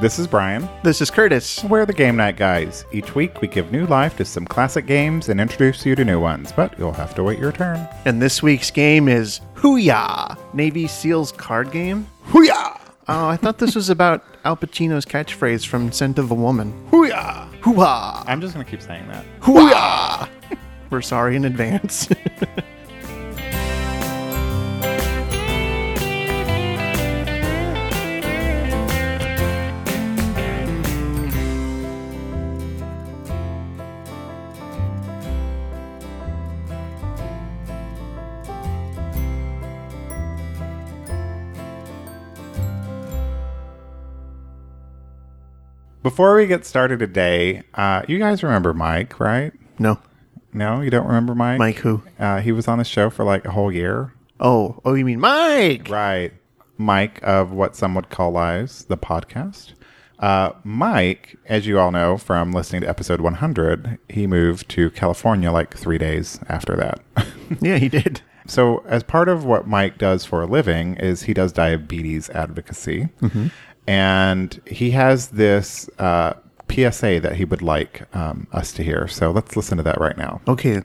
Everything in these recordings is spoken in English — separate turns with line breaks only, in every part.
This is Brian.
This is Curtis.
We're the Game Night Guys. Each week we give new life to some classic games and introduce you to new ones, but you'll have to wait your turn.
And this week's game is Hooyah! Navy SEALs card game.
Hooyah!
Oh, I thought this was about Al Pacino's catchphrase from Scent of a Woman.
Hooyah!
Hooah!
I'm just going to keep saying that.
Hooah! We're sorry in advance.
Before we get started today, uh, you guys remember Mike, right?
no.
No, you don't remember Mike?
Mike who?
Uh, he was on the show for like a whole year.
Oh, oh, you mean Mike?
Right. Mike of what some would call lies, the podcast. Uh, Mike, as you all know from listening to episode 100, he moved to California like three days after that.
Yeah, he did.
so, as part of what Mike does for a living, is he does diabetes advocacy, and he has this uh, PSA that he would like um, us to hear. So let's listen to that right now.
Okay.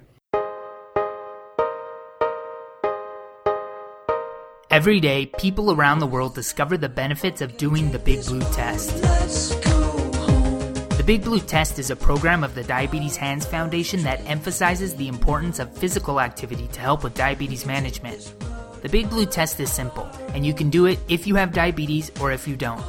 Every day, people around the world discover the benefits of doing the Big Blue Test. The Big Blue Test is a program of the Diabetes Hands Foundation that emphasizes the importance of physical activity to help with diabetes management. The Big Blue Test is simple, and you can do it if you have diabetes or if you don't.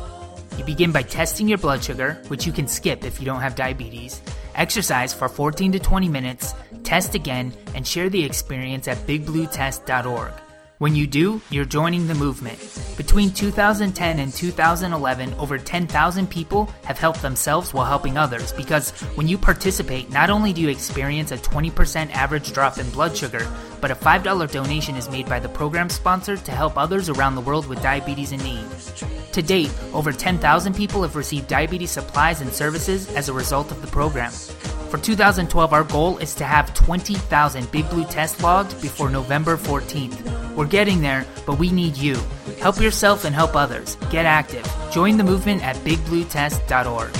You begin by testing your blood sugar, which you can skip if you don't have diabetes, exercise for 14 to 20 minutes, test again, and share the experience at bigbluetest.org. When you do, you're joining the movement. Between 2010 and 2011, over 10,000 people have helped themselves while helping others because when you participate, not only do you experience a 20% average drop in blood sugar, but a $5 donation is made by the program sponsor to help others around the world with diabetes in need. To date, over 10,000 people have received diabetes supplies and services as a result of the program. For 2012, our goal is to have 20,000 Big Blue tests logged before November 14th. We're getting there, but we need you. Help yourself and help others. Get active. Join the movement at bigbluetest.org.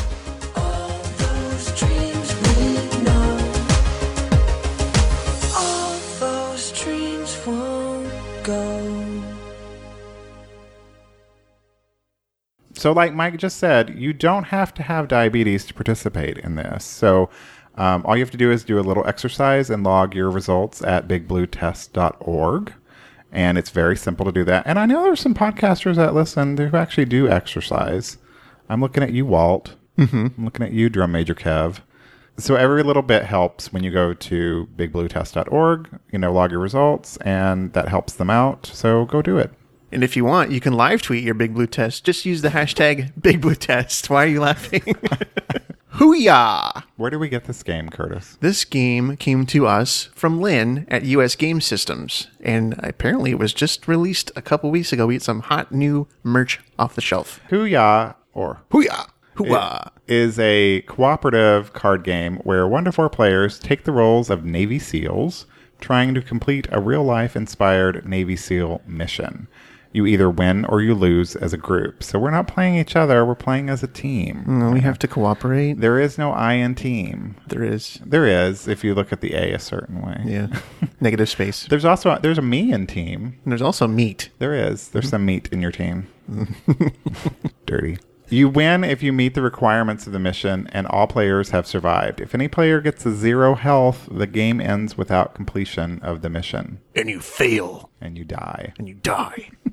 So, like Mike just said, you don't have to have diabetes to participate in this. So, um, all you have to do is do a little exercise and log your results at bigbluetest.org. And it's very simple to do that. And I know there's some podcasters that listen who actually do exercise. I'm looking at you, Walt. Mm-hmm. I'm looking at you, Drum Major Kev. So every little bit helps when you go to bigbluetest.org, you know, log your results, and that helps them out. So go do it.
And if you want, you can live tweet your Big Blue Test. Just use the hashtag Big Blue Test. Why are you laughing? Hooyah!
Where do we get this game, Curtis?
This game came to us from Lynn at US Game Systems, and apparently it was just released a couple weeks ago. We had some hot new merch off the shelf.
Hooyah or
Hooyah! Hooyah!
is a cooperative card game where one to four players take the roles of Navy SEALs trying to complete a real life inspired Navy SEAL mission. You either win or you lose as a group. So we're not playing each other, we're playing as a team.
No, we have to cooperate.
There is no I in team.
There is.
There is if you look at the A a certain way.
Yeah. Negative space.
There's also there's a me in team.
And there's also meat.
There is. There's some meat in your team. Dirty. You win if you meet the requirements of the mission and all players have survived. If any player gets a zero health, the game ends without completion of the mission
And you fail
and you die.
and you die.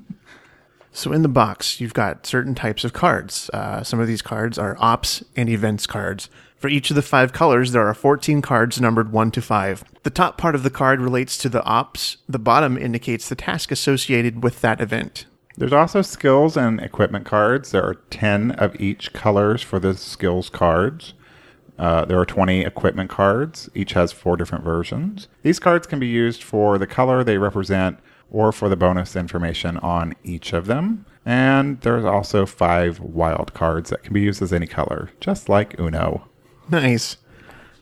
so in the box, you've got certain types of cards. Uh, some of these cards are ops and events cards. For each of the five colors, there are 14 cards numbered 1 to 5. The top part of the card relates to the ops, the bottom indicates the task associated with that event.
There's also skills and equipment cards. There are 10 of each colors for the skills cards. Uh, there are 20 equipment cards. Each has four different versions. These cards can be used for the color they represent or for the bonus information on each of them. And there's also five wild cards that can be used as any color, just like Uno.
Nice.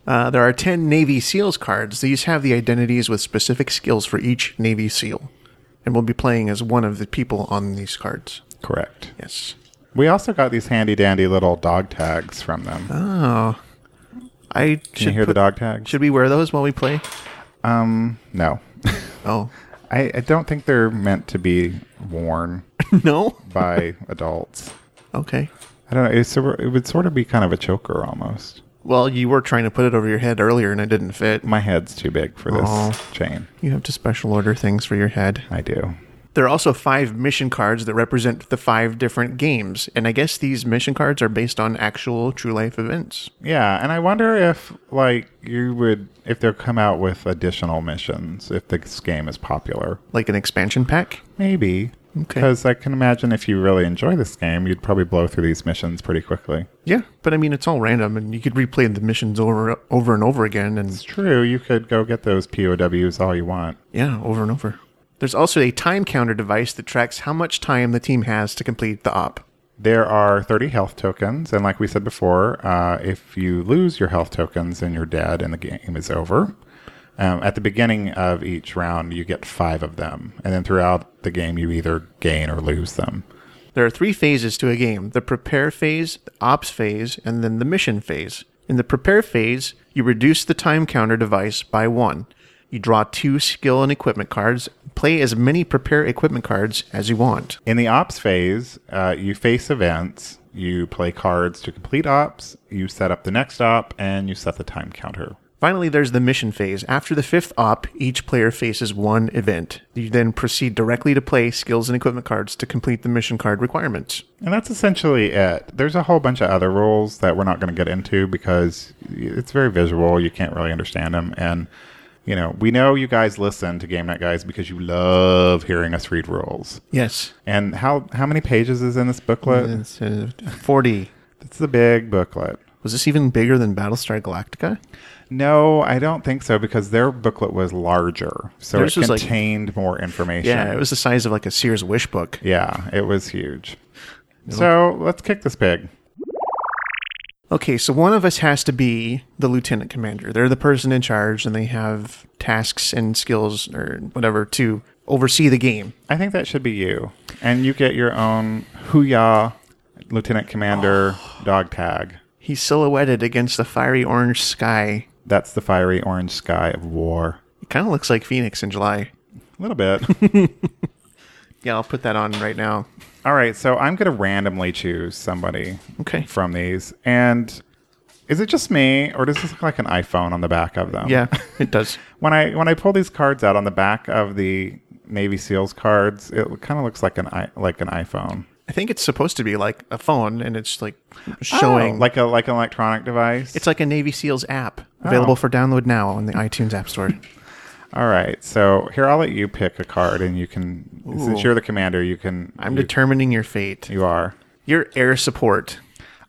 Uh, there are 10 Navy SEALs cards. These have the identities with specific skills for each Navy SEAL. And we'll be playing as one of the people on these cards.
Correct.
Yes.
We also got these handy dandy little dog tags from them.
Oh, I
Can you
should
hear the
put-
dog tags?
Should we wear those while we play?
Um, no.
Oh,
I, I don't think they're meant to be worn
no.
by adults.
Okay.
I don't know. It's, sor- it would sort of be kind of a choker almost.
Well, you were trying to put it over your head earlier, and it didn't fit.
My head's too big for this
Aw.
chain.
You have to special order things for your head.
I do.
There are also five mission cards that represent the five different games, and I guess these mission cards are based on actual true life events.
Yeah, and I wonder if like you would if they'll come out with additional missions if this game is popular.
Like an expansion pack?
Maybe.
Okay.
Because I can imagine if you really enjoy this game, you'd probably blow through these missions pretty quickly.
Yeah, but I mean, it's all random, and you could replay the missions over, over and over again, and
It's true, you could go get those POWs all you want.
yeah, over and over. There's also a time counter device that tracks how much time the team has to complete the op.
There are 30 health tokens, and like we said before, uh, if you lose your health tokens, then you're dead and the game is over. Um, at the beginning of each round, you get five of them, and then throughout the game, you either gain or lose them.
There are three phases to a game the prepare phase, the ops phase, and then the mission phase. In the prepare phase, you reduce the time counter device by one. You draw two skill and equipment cards, play as many prepare equipment cards as you want.
In the ops phase, uh, you face events, you play cards to complete ops, you set up the next op, and you set the time counter.
Finally, there's the mission phase. After the fifth op, each player faces one event. You then proceed directly to play skills and equipment cards to complete the mission card requirements.
And that's essentially it. There's a whole bunch of other rules that we're not going to get into because it's very visual. You can't really understand them. And, you know, we know you guys listen to Game Night Guys because you love hearing us read rules.
Yes.
And how, how many pages is in this booklet?
It's, uh, 40.
It's a big booklet.
Was this even bigger than Battlestar Galactica?
No, I don't think so because their booklet was larger. So
Theirs
it
was like-
contained more information.
Yeah, it was the size of like a Sears wish book.
Yeah, it was huge. So let's kick this pig.
Okay, so one of us has to be the lieutenant commander. They're the person in charge and they have tasks and skills or whatever to oversee the game.
I think that should be you. And you get your own Hooyah Lieutenant Commander dog tag.
He's silhouetted against the fiery orange sky.
That's the fiery orange sky of war.
It kind of looks like Phoenix in July.
A little bit.
Yeah, I'll put that on right now.
All right, so I'm going to randomly choose somebody
Okay.
from these. And is it just me, or does this look like an iPhone on the back of them?
Yeah, Um, it does.
when I when I pull these cards out on the back of the Navy SEALs cards, it kind of looks like an i like an iPhone.
I think it's supposed to be like a phone and it's like showing
Oh,
like Oh.
like a like an electronic device.
it's like a Navy SEALs app available for download now on the iTunes App Store.
All right. So here, I'll let you pick a card, and you can, since you're the commander, you can.
I'm
you,
determining your fate.
you are.
Your air support.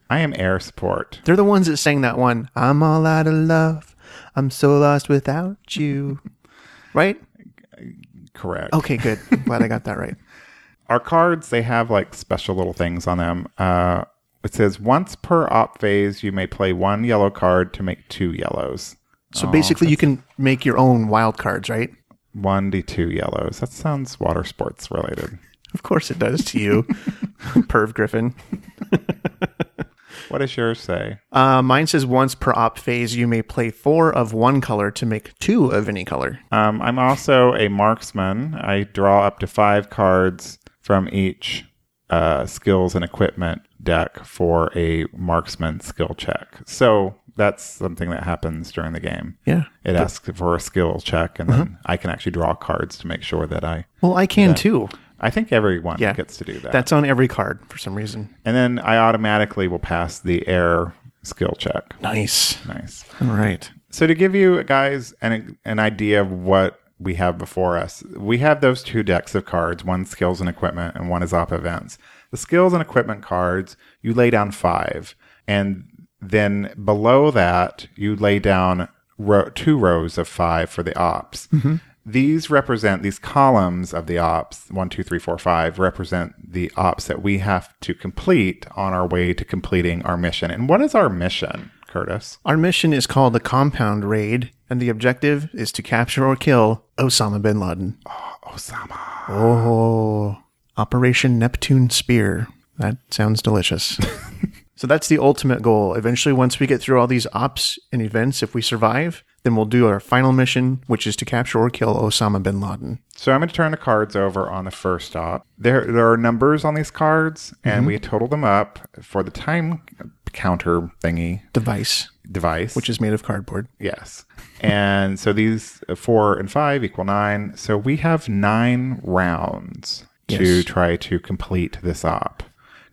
I am air support.
They're the ones that sang that one. I'm all out of love. I'm so lost without you. right?
Correct.
Okay, good. I'm glad I got that right.
Our cards, they have like special little things on them. Uh, it says once per op phase, you may play one yellow card to make two yellows.
So basically, you can make your own wild cards, right?
One d two yellows. That sounds water sports related.
Of course, it does to you, Perv Griffin.
What does yours say?
Uh, mine says once per op phase, you may play four of one color to make two of any color.
Um, I'm also a marksman. I draw up to five cards from each uh, skills and equipment deck for a marksman skill check. So that's something that happens during the game.
Yeah. Uh-huh.
It asks for a skill check, and then I can actually draw cards to make sure that I.
Well, I can too.
I think everyone
Yeah.
gets to do that.
That's on every card for some reason.
and then I automatically will pass the air skill check.
Nice.
Nice.
All right.
So to give you guys an an idea of what we have before us, we have those two decks of cards. One skills and equipment, and one is op events. The skills and equipment cards, you lay down five, and then below that, you lay down ro- two rows of five for the ops. These represent these columns of the ops one, two, three, four, five represent the ops that we have to complete on our way to completing our mission. And what is our mission, Curtis?
Our mission is called the Compound Raid, and the objective is to capture or kill Osama bin Laden.
Osama.
Oh, Operation Neptune Spear. That sounds delicious. so that's the ultimate goal. Eventually, once we get through all these ops and events, if we survive, then we'll do our final mission, which is to capture or kill Osama bin Laden.
So I'm going to turn the cards over on the first op. There, there are numbers on these cards, and
Mm-hmm.
we total them up for the time counter thingy
Device,
device,
which is made of cardboard.
Yes. And so these uh, four and five equal nine. So we have nine rounds to
Yes.
try to complete this op.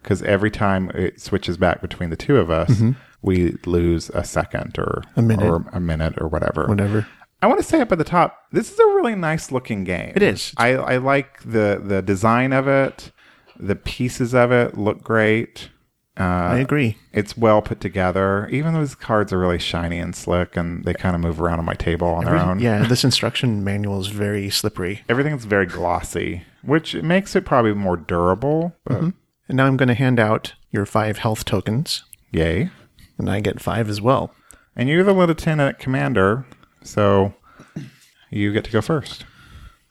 Because every time it switches back between the two of us, we lose a second or
Mm-hmm. A minute.
or a minute or whatever.
Whatever.
I want to say up at the top, this is a really nice looking game.
It is.
I, I like the the design of it. The pieces of it look great. Uh,
I agree.
it's well put together. Even those cards are really shiny and slick, and they kind of move around on my table on their own.
Yeah, this instruction manual is very slippery.
Everything's very glossy, which makes it probably more durable. But
And now I'm going to hand out your five health tokens,
Yay.
and I get five as well.
And you're the lieutenant commander, so you get to go first.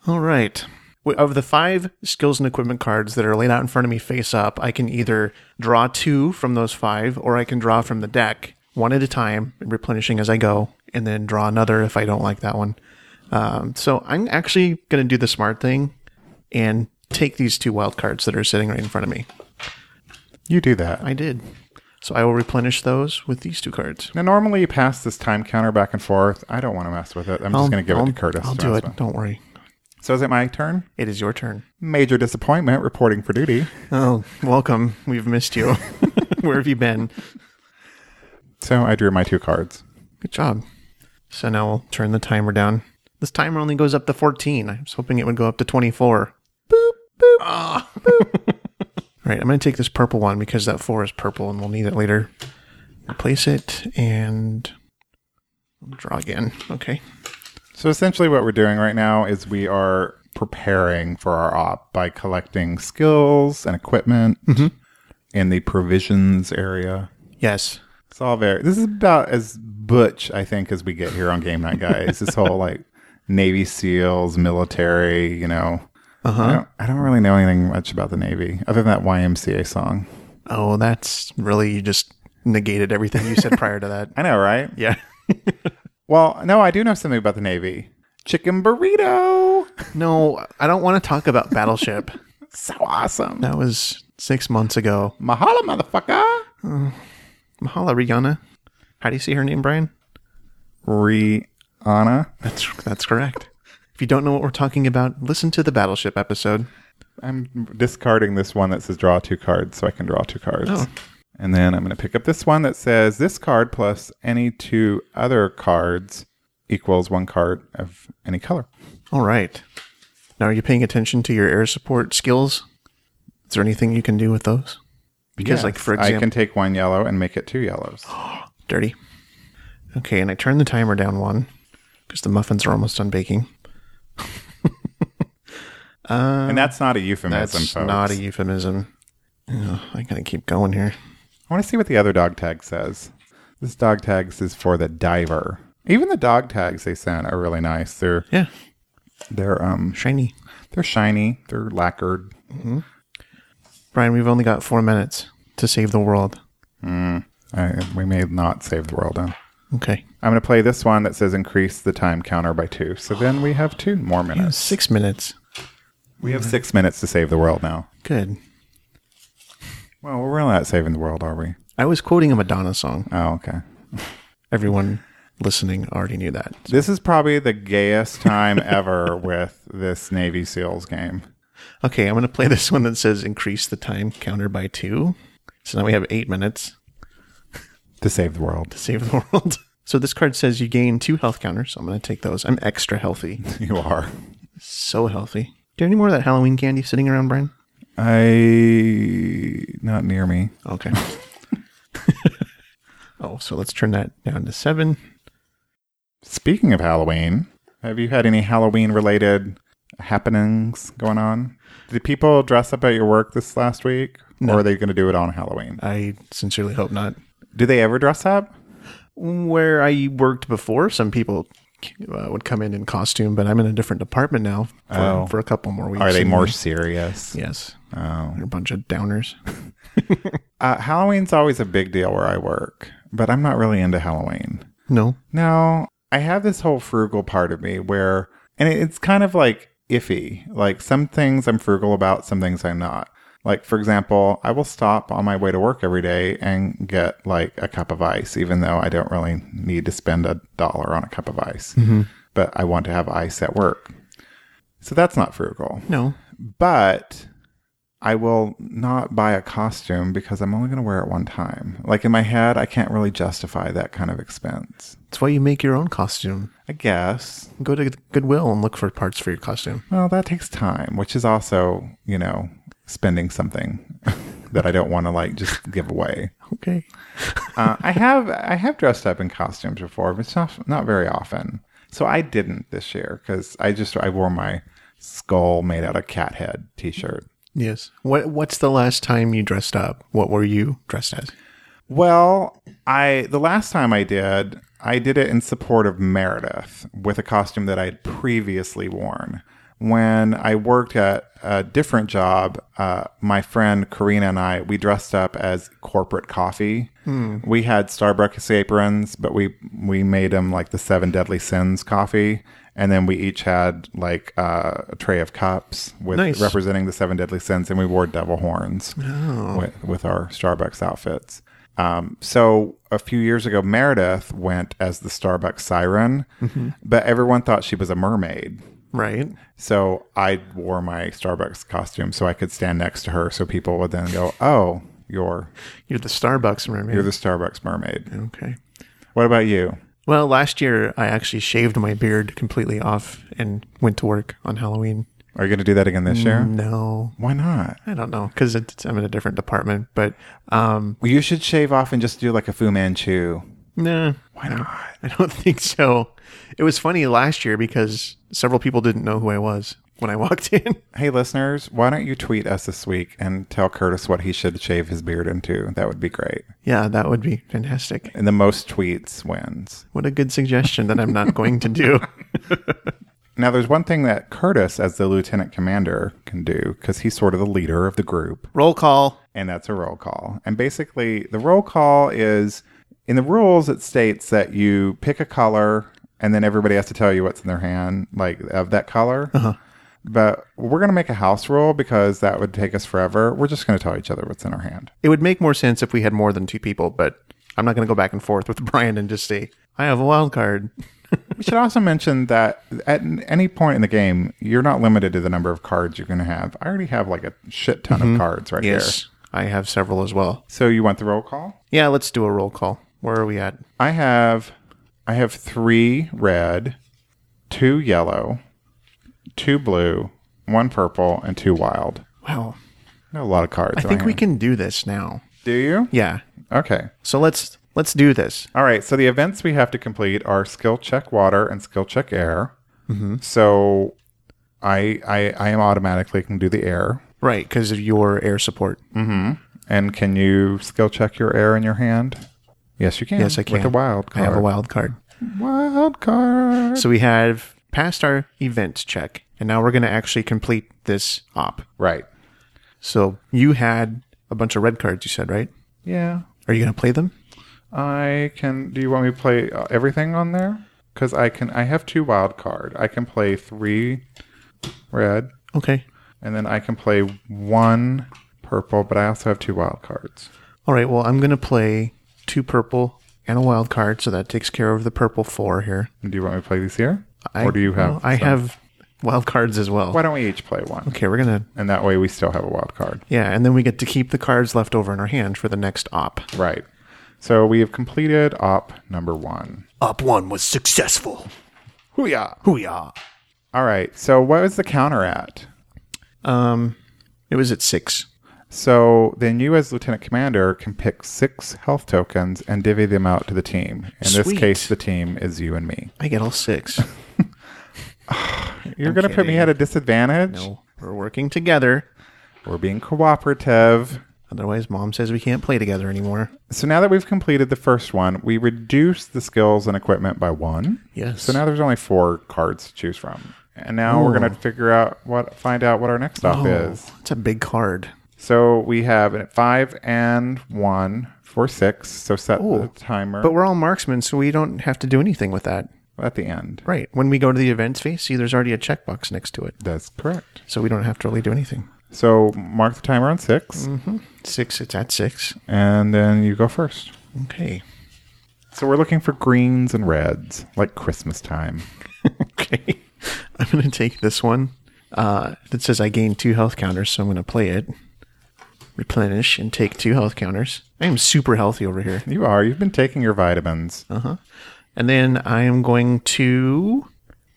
All right. Wait, Of the five skills and equipment cards that are laid out in front of me face up, I can either draw two from those five or I can draw from the deck one at a time, replenishing as I go, and then draw another if I don't like that one. Um, so I'm actually going to do the smart thing and take these two wild cards that are sitting right in front of me.
You do that.
I did. So I will replenish those with these two cards.
now, normally you pass this time counter back and forth. I don't want to mess with it. I'm just going to give
I'll-
it to Curtis.
I'll
to
do
mess
it.
with.
Don't worry.
So is it my turn?
It is your turn.
Major disappointment reporting for duty.
Oh, welcome. We've missed you. Where have you been?
So I drew my two cards.
Good job. So now we'll turn the timer down. This timer only goes up to 14. I was hoping it would go up to 24. Boop, boop. Ah. All right, I'm going to take this purple one because that four is purple and we'll need it later. Replace it and draw again. Okay.
So essentially, what we're doing right now is we are preparing for our op by collecting skills and equipment
Mm-hmm.
in the provisions area.
Yes.
It's all very. This is about as butch I think as we get here on Game Night, guys. this whole like Navy SEALs, military. You know, I, don't, I don't really know anything much about the Navy other than that YMCA song.
Oh, that's really, you just negated everything you said prior to that.
I know, right?
Yeah.
Well, no, I do know something about the Navy. Chicken burrito.
No, I don't want to talk about Battleship.
So awesome.
that was six months ago.
Mahalo, motherfucker.
Mahala Rihanna. How do you see her name, Brian?
Rihanna.
That's that's correct. If you don't know what we're talking about, listen to the battleship episode.
I'm discarding this one that says draw two cards so I can draw two cards.
Oh.
And then I'm going to pick up this one that says this card plus any two other cards equals one card of any color.
All right. Now, are you paying attention to your air support skills? Is there anything you can do with those? Because, like for
I
example,
can take one yellow and make it two yellows.
dirty. Okay, and I turn the timer down one because the muffins are almost done baking.
and that's not a euphemism,
That's
folks.
not a euphemism. Ugh, I gotta keep going here.
I want to see what the other dog tag says. This dog tag is for the diver. Even the dog tags they sent are really nice. They're
Yeah,
they're um
shiny.
they're shiny. They're lacquered.
Brian, we've only got four minutes to save the world.
I, we may not save the world. Huh?
Okay,
I'm going to play this one that says increase the time counter by two. So then we have two more minutes.
six minutes.
We have six minutes to save the world now.
Good.
Well, we're really not saving the world, are we?
I was quoting a Madonna song.
Oh, okay.
Everyone listening already knew that.
This is probably the gayest time ever with this Navy SEALs game.
Okay, I'm going to play this one that says increase the time counter by two. So now we have eight minutes
To save the world.
to save the world. So this card says you gain two health counters. So I'm going to take those. I'm extra healthy.
You are.
So healthy. Do you have any more of that Halloween candy sitting around, Brian?
I. Not near me.
Okay. oh, so let's turn that down to seven.
Speaking of Halloween, have you had any Halloween related happenings going on? Did people dress up at your work this last week? Or are they going to do it on Halloween?
I sincerely hope not.
Do they ever dress up?
Where I worked before, some people uh, would come in in costume, but I'm in a different department now for,
Oh.
for a couple more weeks.
Are they
And-
more serious?
Yes. Oh. They're a bunch of downers.
Uh, Halloween's always a big deal where I work, but I'm not really into Halloween.
No.
No, I have this whole frugal part of me where, and it- it's kind of like iffy. Like some things I'm frugal about, some things I'm not. Like, for example, I will stop on my way to work every day and get like a cup of ice, even though I don't really need to spend a dollar on a cup of ice. But I want to have ice at work. So that's not frugal
No.
but I will not buy a costume because I'm only going to wear it one time. Like in my head, I can't really justify that kind of expense.
That's why you make your own costume.
I guess.
Go to Goodwill and look for parts for your costume.
Well, that takes time, which is also, you know, spending something that I don't want to like just give away.
Okay.
Uh, I have I have dressed up in costumes before, but it's not not very often. So I didn't this year because I just I wore my skull made out of cat head T-shirt.
Yes. What What's the last time you dressed up? What were you dressed as?
Well, I the last time I did, I did it in support of Meredith with a costume that I had previously worn. When I worked at a different job, uh, my friend Karina and I we dressed up as corporate coffee. We had Starbucks aprons, but we we made them like the seven deadly sins coffee, and then we each had like uh, a tray of cups with
Nice.
representing the seven deadly sins, and we wore devil horns with, with our Starbucks outfits. Um, so a few years ago, Meredith went as the Starbucks siren, but everyone thought she was a mermaid.
Right.
So I wore my Starbucks costume so I could stand next to her, so people would then go, "Oh, you're
You're the Starbucks mermaid.
you're the Starbucks mermaid."
okay.
What about you?
Well, last year I actually shaved my beard completely off and went to work on Halloween.
Are you going to do that again this
Mm.
year?
No,
Why not?
I don't know because I'm in a different department. But um,
Well, you should shave off and just do like a Fu Manchu.
nah,
Why not?
I don't think so. It was funny last year because several people didn't know who I was when I walked in.
Hey, listeners, why don't you tweet us this week and tell Curtis what he should shave his beard into? That would be great.
yeah, that would be fantastic.
And the most tweets wins.
What a good suggestion that I'm not going to do.
Now, there's one thing that Curtis, as the lieutenant commander, can do because he's sort of the leader of the group,
Roll call.
and that's a roll call. And basically, the roll call is in the rules, it states that you pick a color and then everybody has to tell you what's in their hand, like of that color. But we're going to make a house rule because that would take us forever. We're just going to tell each other what's in our hand.
It would make more sense if we had more than two people, but I'm not going to go back and forth with Brian and just say, I have a wild card.
We should also mention that at n- any point in the game, you're not limited to the number of cards you're going to have. I already have like a shit ton of cards right here.
I have several as well.
So you want the roll call?
Yeah, let's do a roll call. Where are we at?
I have, I have three red, two yellow, two blue, one purple, and two wild.
Well,
I have a lot of cards.
I think we can do this now.
Do you?
Yeah.
Okay.
So let's let's do this.
All right. So the events we have to complete are skill check water and skill check air.
Mm-hmm.
So I, I, I am automatically can do the air.
Right, because of your air support.
And can you skill check your air in your hand? Yes, you can.
Yes, I can.
With a wild
I
card.
have a wild card.
wild card.
So we have passed our event check, and now we're going to actually complete this op.
Right.
So you had a bunch of red cards, you said, right?
Yeah.
Are you going to play them?
I can. Do you want me to play uh, everything on there? Because I can. I have two wild card. I can play three red,
Okay.
and then I can play one purple. But I also have two wild cards.
All right. Well, I'm going to play two purple and a wild card, so that takes care of the purple four here.
Do you want me to play these here,
I,
or do you have?
well, I
some?
have wild cards as well.
Why don't we each play one?
Okay, we're gonna
And that way we still have a wild card.
yeah, and then we get to keep the cards left over in our hand for the next op.
Right. So we have completed op number one.
Op one was successful.
Hooyah!
Hooyah!
All right. So what was the counter at?
Um, it was at six.
So then you, as lieutenant commander, can pick six health tokens and divvy them out to the team. In this
Sweet.
case, the team is you and me.
I get all six.
You're going to put me
kidding.
at a disadvantage.
no, we're working together.
We're being cooperative.
Otherwise, mom says we can't play together anymore.
So now that we've completed the first one, we reduce the skills and equipment by one.
Yes.
So now there's only four cards to choose
Oh.
from. And now we're going to figure out what, find out what our next op is.
It's a big card.
So we have a five and one for six. So set the
Ooh.
timer
But we're all marksmen, so we don't have to do anything with that.
at the end.
Right. When we go to the events fee, see, there's already a checkbox next to it.
That's correct.
So we don't have to really do anything.
So mark the timer on 6
Six, it's at six.
and then you go first.
Okay.
So we're looking for greens and reds, like Christmas time.
Okay. I'm going to take this one. Uh, that says I gain two health counters, so I'm going to play it. Replenish and take two health counters. I am super healthy over here.
You are. You've been taking your vitamins.
And then I am going to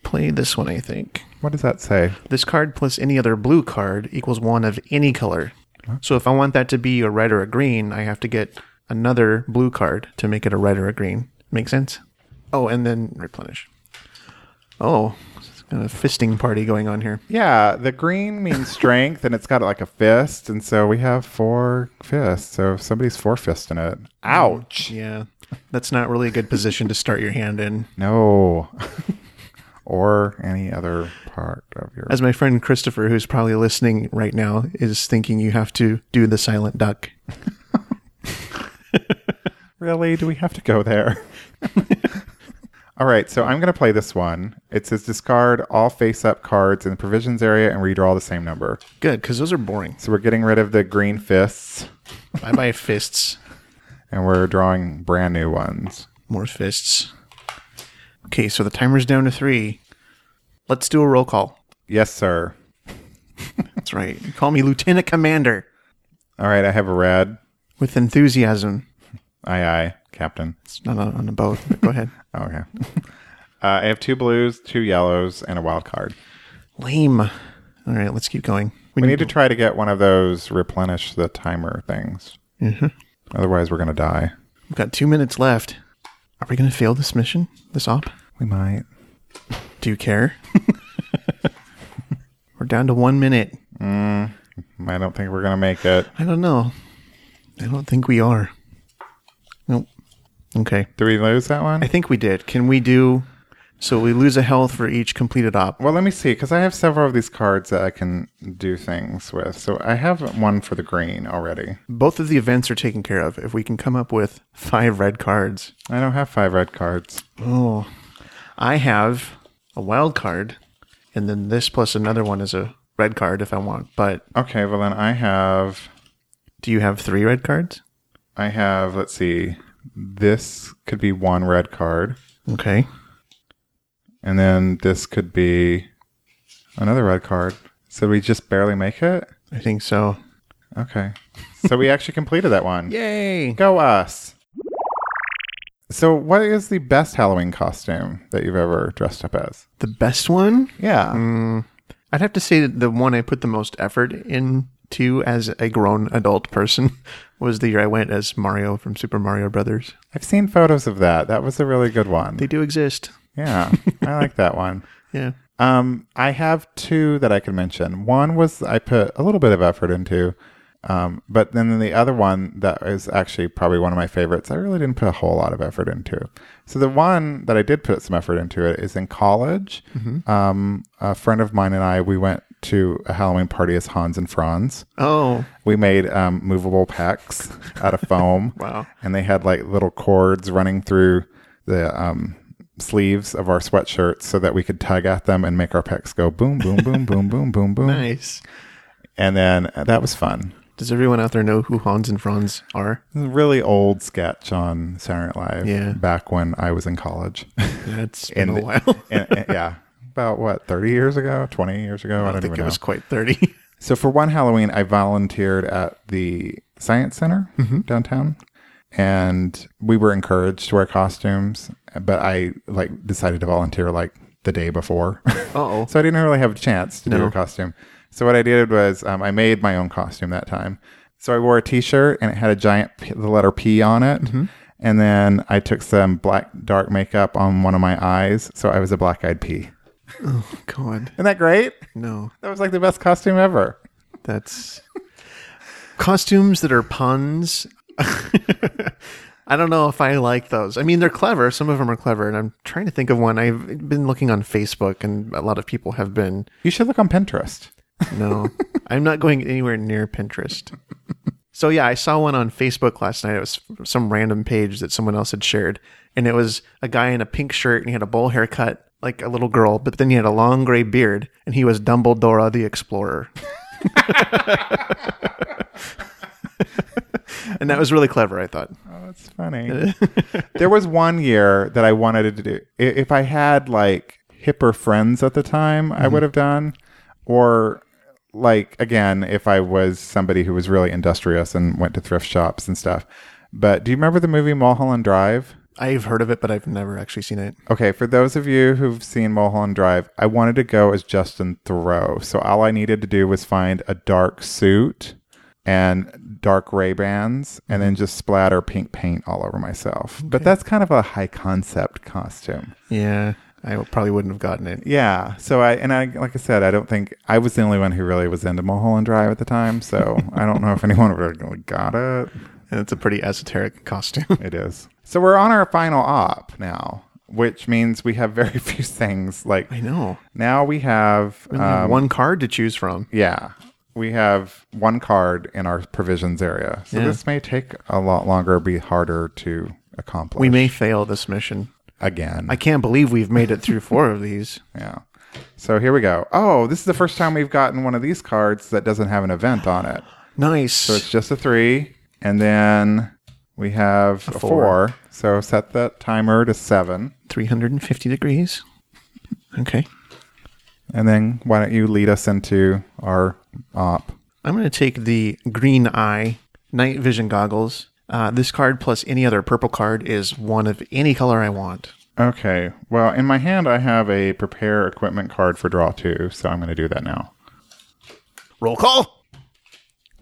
play this one, I think.
What does that say?
This card plus any other blue card equals one of any color. So if I want that to be a red or a green, I have to get another blue card to make it a red or a green. Make sense? Oh, and then replenish. Oh, it's kind of a fisting party going on here.
Yeah, the green means strength, and it's got like a fist, and so we have four fists. So if somebody's four fisting it, ouch!
Yeah, that's not really a good position to start your hand in.
No, or any other part of your.
As my friend Christopher, who's probably listening right now, is thinking you have to do the silent duck.
Really? Do we have to go there? all right, so I'm going to play this one. It says discard all face up cards in the provisions area and redraw the same number.
Good, because those are boring.
So we're getting rid of the green fists
I buy fists.
and we're drawing brand new ones.
More fists. Okay, so the timer's down to three. Let's do a roll call.
Yes, sir.
That's right. You call me Lieutenant Commander
All right, I have a red.
with enthusiasm.
Aye, aye, Captain.
It's not on, on a boat, but go ahead.
Okay. uh, I have two blues, two yellows, and a wild card.
Lame. All right, let's keep going. We,
We need to try to get one of those replenish the timer things. Otherwise, we're going to die.
We've got two minutes left. Are we going to fail this mission? This op?
We might.
Do you care? We're down to one minute.
I don't think we're going to make it.
I don't know. I don't think we are. Nope. Okay.
Do we lose that one?
I think we did. Can we do? So we lose a health for each completed op.
Well, let me see, because I have several of these cards that I can do things with. So I have one for the green already.
Both of the events are taken care of. If we can come up with five red cards,
I don't have five red cards.
oh, I have a wild card, and then this plus another one is a red card if I want. But
Okay, well then I have,
do you have three red cards?
I have. Let's see, this could be one red card,
Okay.
and then this could be another red card. So we just barely make it.
I think so.
Okay, so we actually completed that one.
Yay!
Go us. So, what is the best Halloween costume that you've ever dressed up as? Hmm.
The best one?
Yeah.
I'd have to say that the one I put the most effort into as a grown adult person was the year I went as Mario from Super Mario Brothers.
I've seen photos of that. That was a really good one.
They do exist.
yeah, I like that one.
Yeah.
Um, I have two that I can mention. One was I put a little bit of effort into, um, but then the other one that is actually probably one of my favorites. I really didn't put a whole lot of effort into. So the one that I did put some effort into it is in college. Um, a friend of mine and I we went to a Halloween party as Hans and Franz.
Oh,
We made um, movable packs out of foam.
Wow.
And they had like little cords running through the um, sleeves of our sweatshirts so that we could tug at them and make our pecs go boom, boom, boom, boom, boom, boom, boom.
nice.
And then uh, that was fun.
Does everyone out there know who Hans and Franz are?
Really old sketch on Saturday Night Live
Yeah.
back when I was in college.
That's been
And-
a while.
and, and- yeah. About what, 30 years ago, 20 years ago? I don't,
I think
even
it
know.
was quite 30.
So for one Halloween, I volunteered at the Science Center downtown, and we were encouraged to wear costumes, but I like decided to volunteer like the day before,
Uh-oh.
so I didn't really have a chance to do a costume. So what I did was um, I made my own costume that time. So I wore a T-shirt and it had a giant P- the letter P on it. And then I took some black dark makeup on one of my eyes, so I was a black-eyed pea.
God,
Isn't that great?
no.
That was like the best costume ever.
That's costumes that are puns. I don't know if I like those. I mean, they're clever. Some of them are clever, and I'm trying to think of one. I've been looking on Facebook, and a lot of people have been.
You should look on Pinterest.
No, I'm not going anywhere near Pinterest. So yeah, I saw one on Facebook last night. It was some random page that someone else had shared, and it was a guy in a pink shirt and he had a bowl haircut like a little girl, but then he had a long gray beard and he was Dumbledore the Explorer. and that was really clever, I thought.
That's funny. there was one year that I wanted to do. i- If I had like hipper friends at the time, I would have done. Or like again, if I was somebody who was really industrious and went to thrift shops and stuff. But do you remember the movie Mulholland Drive?
I've heard of it, but I've never actually seen it.
Okay, for those of you who've seen Mulholland Drive, I wanted to go as Justin Thoreau. So all I needed to do was find a dark suit and dark Ray Bans and then just splatter pink paint all over myself. But that's kind of a high concept costume.
Yeah, I probably wouldn't have gotten it.
Yeah. So I and I like I said, I don't think I was the only one who really was into Mulholland Drive at the time, so I don't know if anyone really got it.
And it's a pretty esoteric costume.
It is. So we're on our final op now, which means we have very few things like
I know.
Now we have,
Only
um,
one card to choose from.
yeah, we have one card in our provisions area. So
Yeah.
this may take a lot longer, be harder to accomplish.
We may fail this mission.
again.
I can't believe we've made it through four of these.
yeah. So here we go. Oh, this is the first time we've gotten one of these cards that doesn't have an event on it.
Nice.
It's just a three, and then we have a,
four.
four. So set that timer to seven,
350 degrees. Okay.
and then why don't you lead us into our op?
I'm going to take the green eye night vision goggles. Uh, this card plus any other purple card is one of any color I want.
Okay. Well, in my hand, I have a prepare equipment card for draw two, so I'm going to do that now.
Roll call.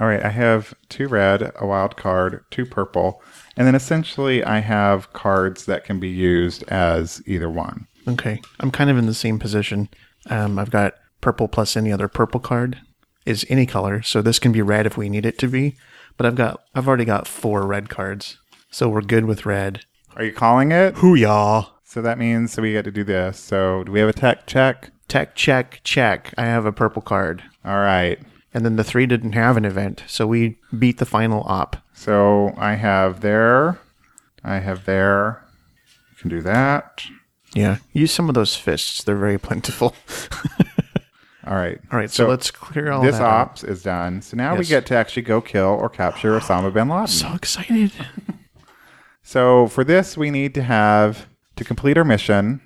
All right. I have two red, a wild card, two purple, and then essentially I have cards that can be used as either one.
Okay. I'm kind of in the same position. Um, I've got purple plus any other purple card is any color. So this can be red if we need it to be. But I've got I've already got four red cards. So we're good with red.
Are you calling it?
Hoo-yah.
So that means so we get to do this. So do we have a tech check?
Tech check check. I have a purple card.
All right.
And then the three didn't have an event, so we beat the final op.
So I have there. I have there. You can do that.
Yeah. Use some of those fists. They're very plentiful.
All right.
All right, so, let's clear all
This
that up.
ops is done. So now we
Yes.
get to actually go kill or capture Osama bin Laden.
So excited.
So for this, we need to have to complete our mission,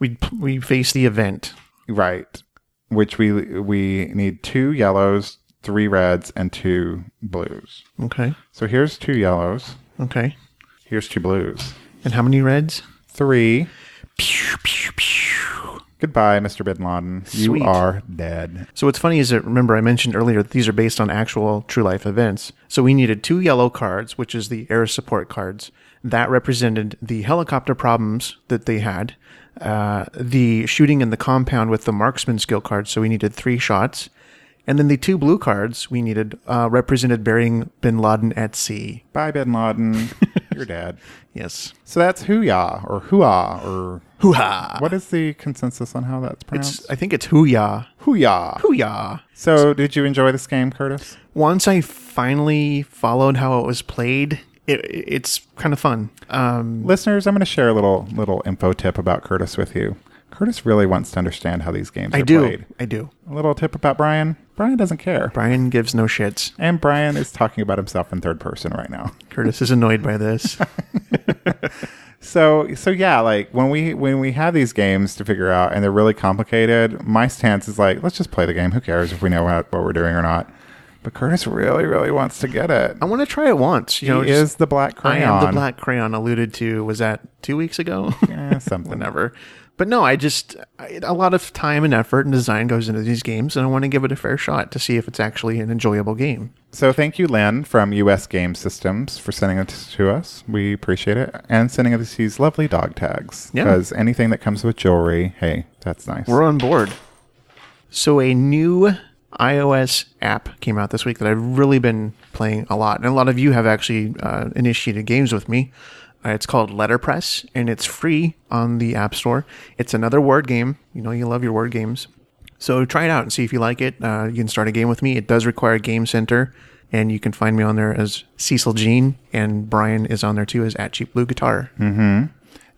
we we face the event.
right? Which we we need two yellows, three reds, and two blues.
Okay.
So here's two yellows.
Okay.
Here's two blues.
And how many reds?
Three. Goodbye, Mr. Bin Laden.
Sweet.
You are dead.
So what's funny is that remember I mentioned earlier that these are based on actual true life events. So we needed two yellow cards, which is the air support cards that represented the helicopter problems that they had, uh, the shooting in the compound with the marksman skill card. So we needed three shots, and then the two blue cards we needed uh, represented burying Bin Laden at sea.
Bye, Bin Laden. You're dead.
Yes.
So that's hooyah or hooah or
Hoo ha.
what is the consensus on how that's pronounced?
I think it's hooyah.
hooyah.
Hooyah.
So did you enjoy this game, Curtis?
once I finally followed how it was played, it, it's kind of fun. Um,
listeners, I'm going to share a little little info tip about Curtis with you. Curtis really wants to understand how these games
I
are
do.
played.
I do.
A little tip about Brian. Brian doesn't care.
Brian gives no shits.
And Brian is talking about himself in third person right now.
Curtis is annoyed by this.
So so yeah, like when we when we have these games to figure out and they're really complicated, my stance is like, let's just play the game. Who cares if we know what, what we're doing or not? But Curtis really really wants to get it.
I want to try it once. You know,
he
just-
is the black
I
crayon.
am the black crayon alluded to. Was that two weeks ago?
Eh, something.
Whenever. But no, I just I, a lot of time and effort and design goes into these games, and I want to give it a fair shot to see if it's actually an enjoyable game.
So thank you, Len, from US Game Systems for sending it to us. We appreciate it. And sending us these lovely dog tags.
Yeah.
Because anything that comes with jewelry, hey, that's nice.
We're on board. So a new iOS app came out this week that I've really been playing a lot, and a lot of you have actually uh, initiated games with me. Uh, it's called Letterpress, and it's free on the App Store. It's another word game. You know you love your word games, So try it out and see if you like it. Uh, you can start a game with me. It does require a game center, and you can find me on there as Cecil Jean, and Brian is on there too as at Cheap Blue Guitar.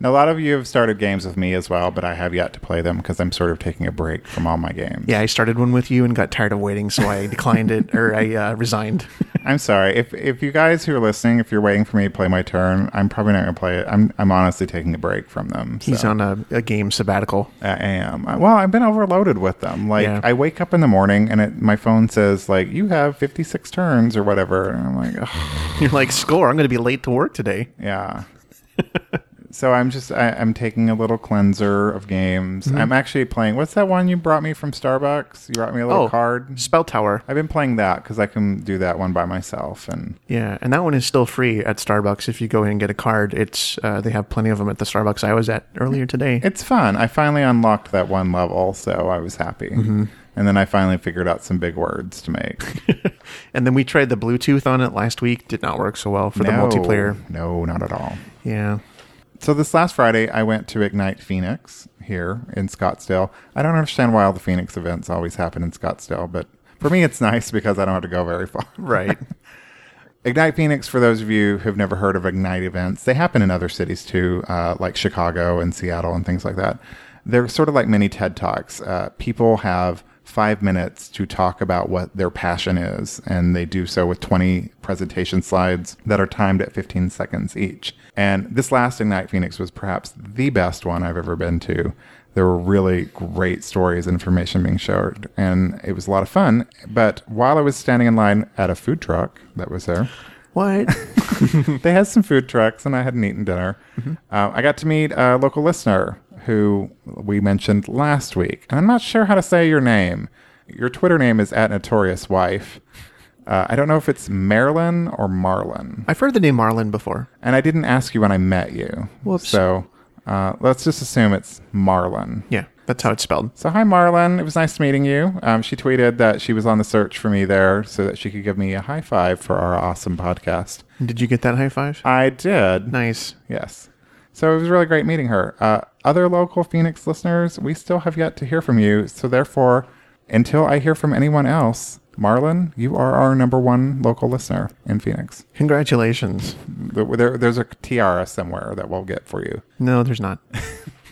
Now, a lot of you have started games with me as well, but I have yet to play them because I'm sort of taking a break from all my games.
Yeah, I started one with you and got tired of waiting, so I declined it or I uh, resigned.
I'm sorry if if you guys who are listening, if you're waiting for me to play my turn, I'm probably not going to play it. I'm I'm honestly taking a break from them. So.
He's on a, a game sabbatical.
I am. I- Well, I've been overloaded with them. Like
Yeah.
I wake up in the morning and it, my phone says like you have 56 turns or whatever, and I'm like, Ugh,
You're like, score! I'm going to be late to work today.
yeah. so I'm just I, I'm taking a little cleanser of games.
Mm-hmm.
I'm actually playing. What's that one you brought me from Starbucks? You brought me a little card.
Oh, Spell Tower.
I've been playing that because I can do that one by myself and.
Yeah, and that one is still free at Starbucks. If you go in and get a card, it's uh, they have plenty of them at the Starbucks I was at earlier today.
It's fun. I finally unlocked that one level, so I was happy.
Mm-hmm.
And then I finally figured out some big words to make.
And then we tried the Bluetooth on it last week. Did not work so well for the multiplayer.
No, not at all.
Yeah.
So this last Friday, I went to Ignite Phoenix here in Scottsdale. I don't understand why all the Phoenix events always happen in Scottsdale, but for me, it's nice because I don't have to go very far.
Right.
Ignite Phoenix, for those of you who've never heard of Ignite events, they happen in other cities too, uh, like Chicago and Seattle and things like that. They're sort of like mini TED Talks. Uh, people have five minutes to talk about what their passion is, and they do so with 20 presentation slides that are timed at 15 seconds each. And this last Ignite Phoenix was perhaps the best one I've ever been to. There were really great stories and information being shared, and it was a lot of fun. But while I was standing in line at a food truck that was there,
what?
they had some food trucks, and I hadn't eaten dinner. Uh, I got to meet a local listener who we mentioned last week, and I'm not sure how to say your name. Your Twitter name is at Notorious Wife. Uh, I don't know if it's Marilyn or Marlon,
I've heard the name Marlin before.
and I didn't ask you when I met you.
Whoops.
So uh, let's just assume it's Marlon.
Yeah, that's how it's spelled.
So hi, Marlon. It was nice meeting you. Um, she tweeted that she was on the search for me there so that she could give me a high five for our awesome podcast.
Did you get that high five?
I did.
Nice.
Yes. So it was really great meeting her. Uh, other local Phoenix listeners, we still have yet to hear from you. So therefore, until I hear from anyone else, Marlon, you are our number one local listener in Phoenix.
Congratulations.
There, there- there's a tiara somewhere that we'll get for you
No, there's not.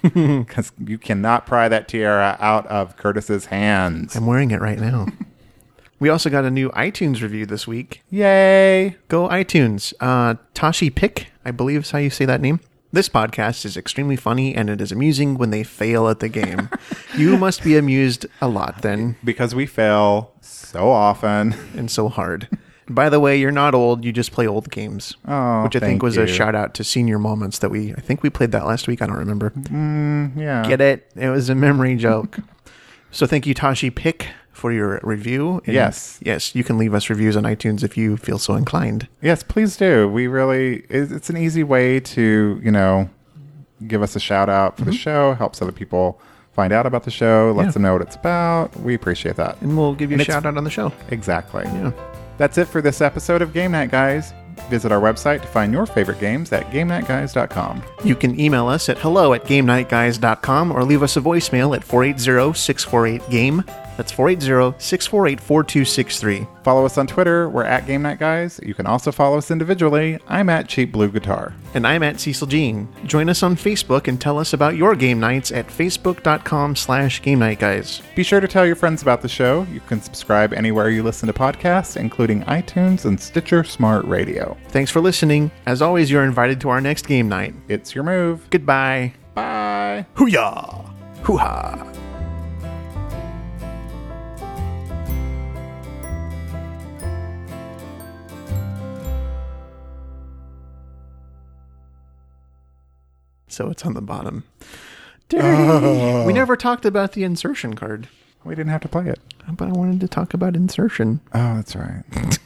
because you cannot pry that tiara out of Curtis's hands.
I'm wearing it right now. we also got a new iTunes review this week.
Yay!
Go iTunes. Uh, Tashi Pick, I believe is how you say that name. This podcast is extremely funny and it is amusing when they fail at the game. you must be amused a lot then,
Because we fail so often.
and so hard. By the way, you're not old. You just play old games,
Oh,
which I think
thank
was
you.
a shout out to senior moments that we. I think we played that last week. I don't remember.
Mm-hmm. Yeah.
Get it? It was a memory joke. so thank you, Tashi Pick, for your review. And
Yes.
yes, you can leave us reviews on iTunes if you feel so inclined.
Yes, please do. We really it- it's an easy way to, you know, give us a shout out for the show, helps other people find out about the show, lets
Mm-hmm. Yeah.
them know what it's about. We appreciate that.
And we'll give you
And
a
it's-
shout out on the show.
Exactly.
Yeah.
That's it for this episode of Game Night Guys. Visit our website to find your favorite games at GameNightGuys.com.
You can email us at hello at gamenightguys.com or leave us a voicemail at 480 648 GAME. That's 480 648 4263.
Follow us on Twitter. We're at Game Night Guys. You can also follow us individually. I'm at Cheap Blue Guitar.
And I'm at Cecil Jean. Join us on Facebook and tell us about your game nights at facebook.com slash game night guys.
Be sure to tell your friends about the show. You can subscribe anywhere you listen to podcasts, including iTunes and Stitcher Smart Radio.
Thanks for listening. As always, you're invited to our next game night.
It's your move.
Goodbye.
Bye.
Hoo-yah! Hoo-ha! So it's on the bottom. Ah. Dirty. We never talked about the insertion card,
We didn't have to play it.
but I wanted to talk about insertion.
Oh, that's right.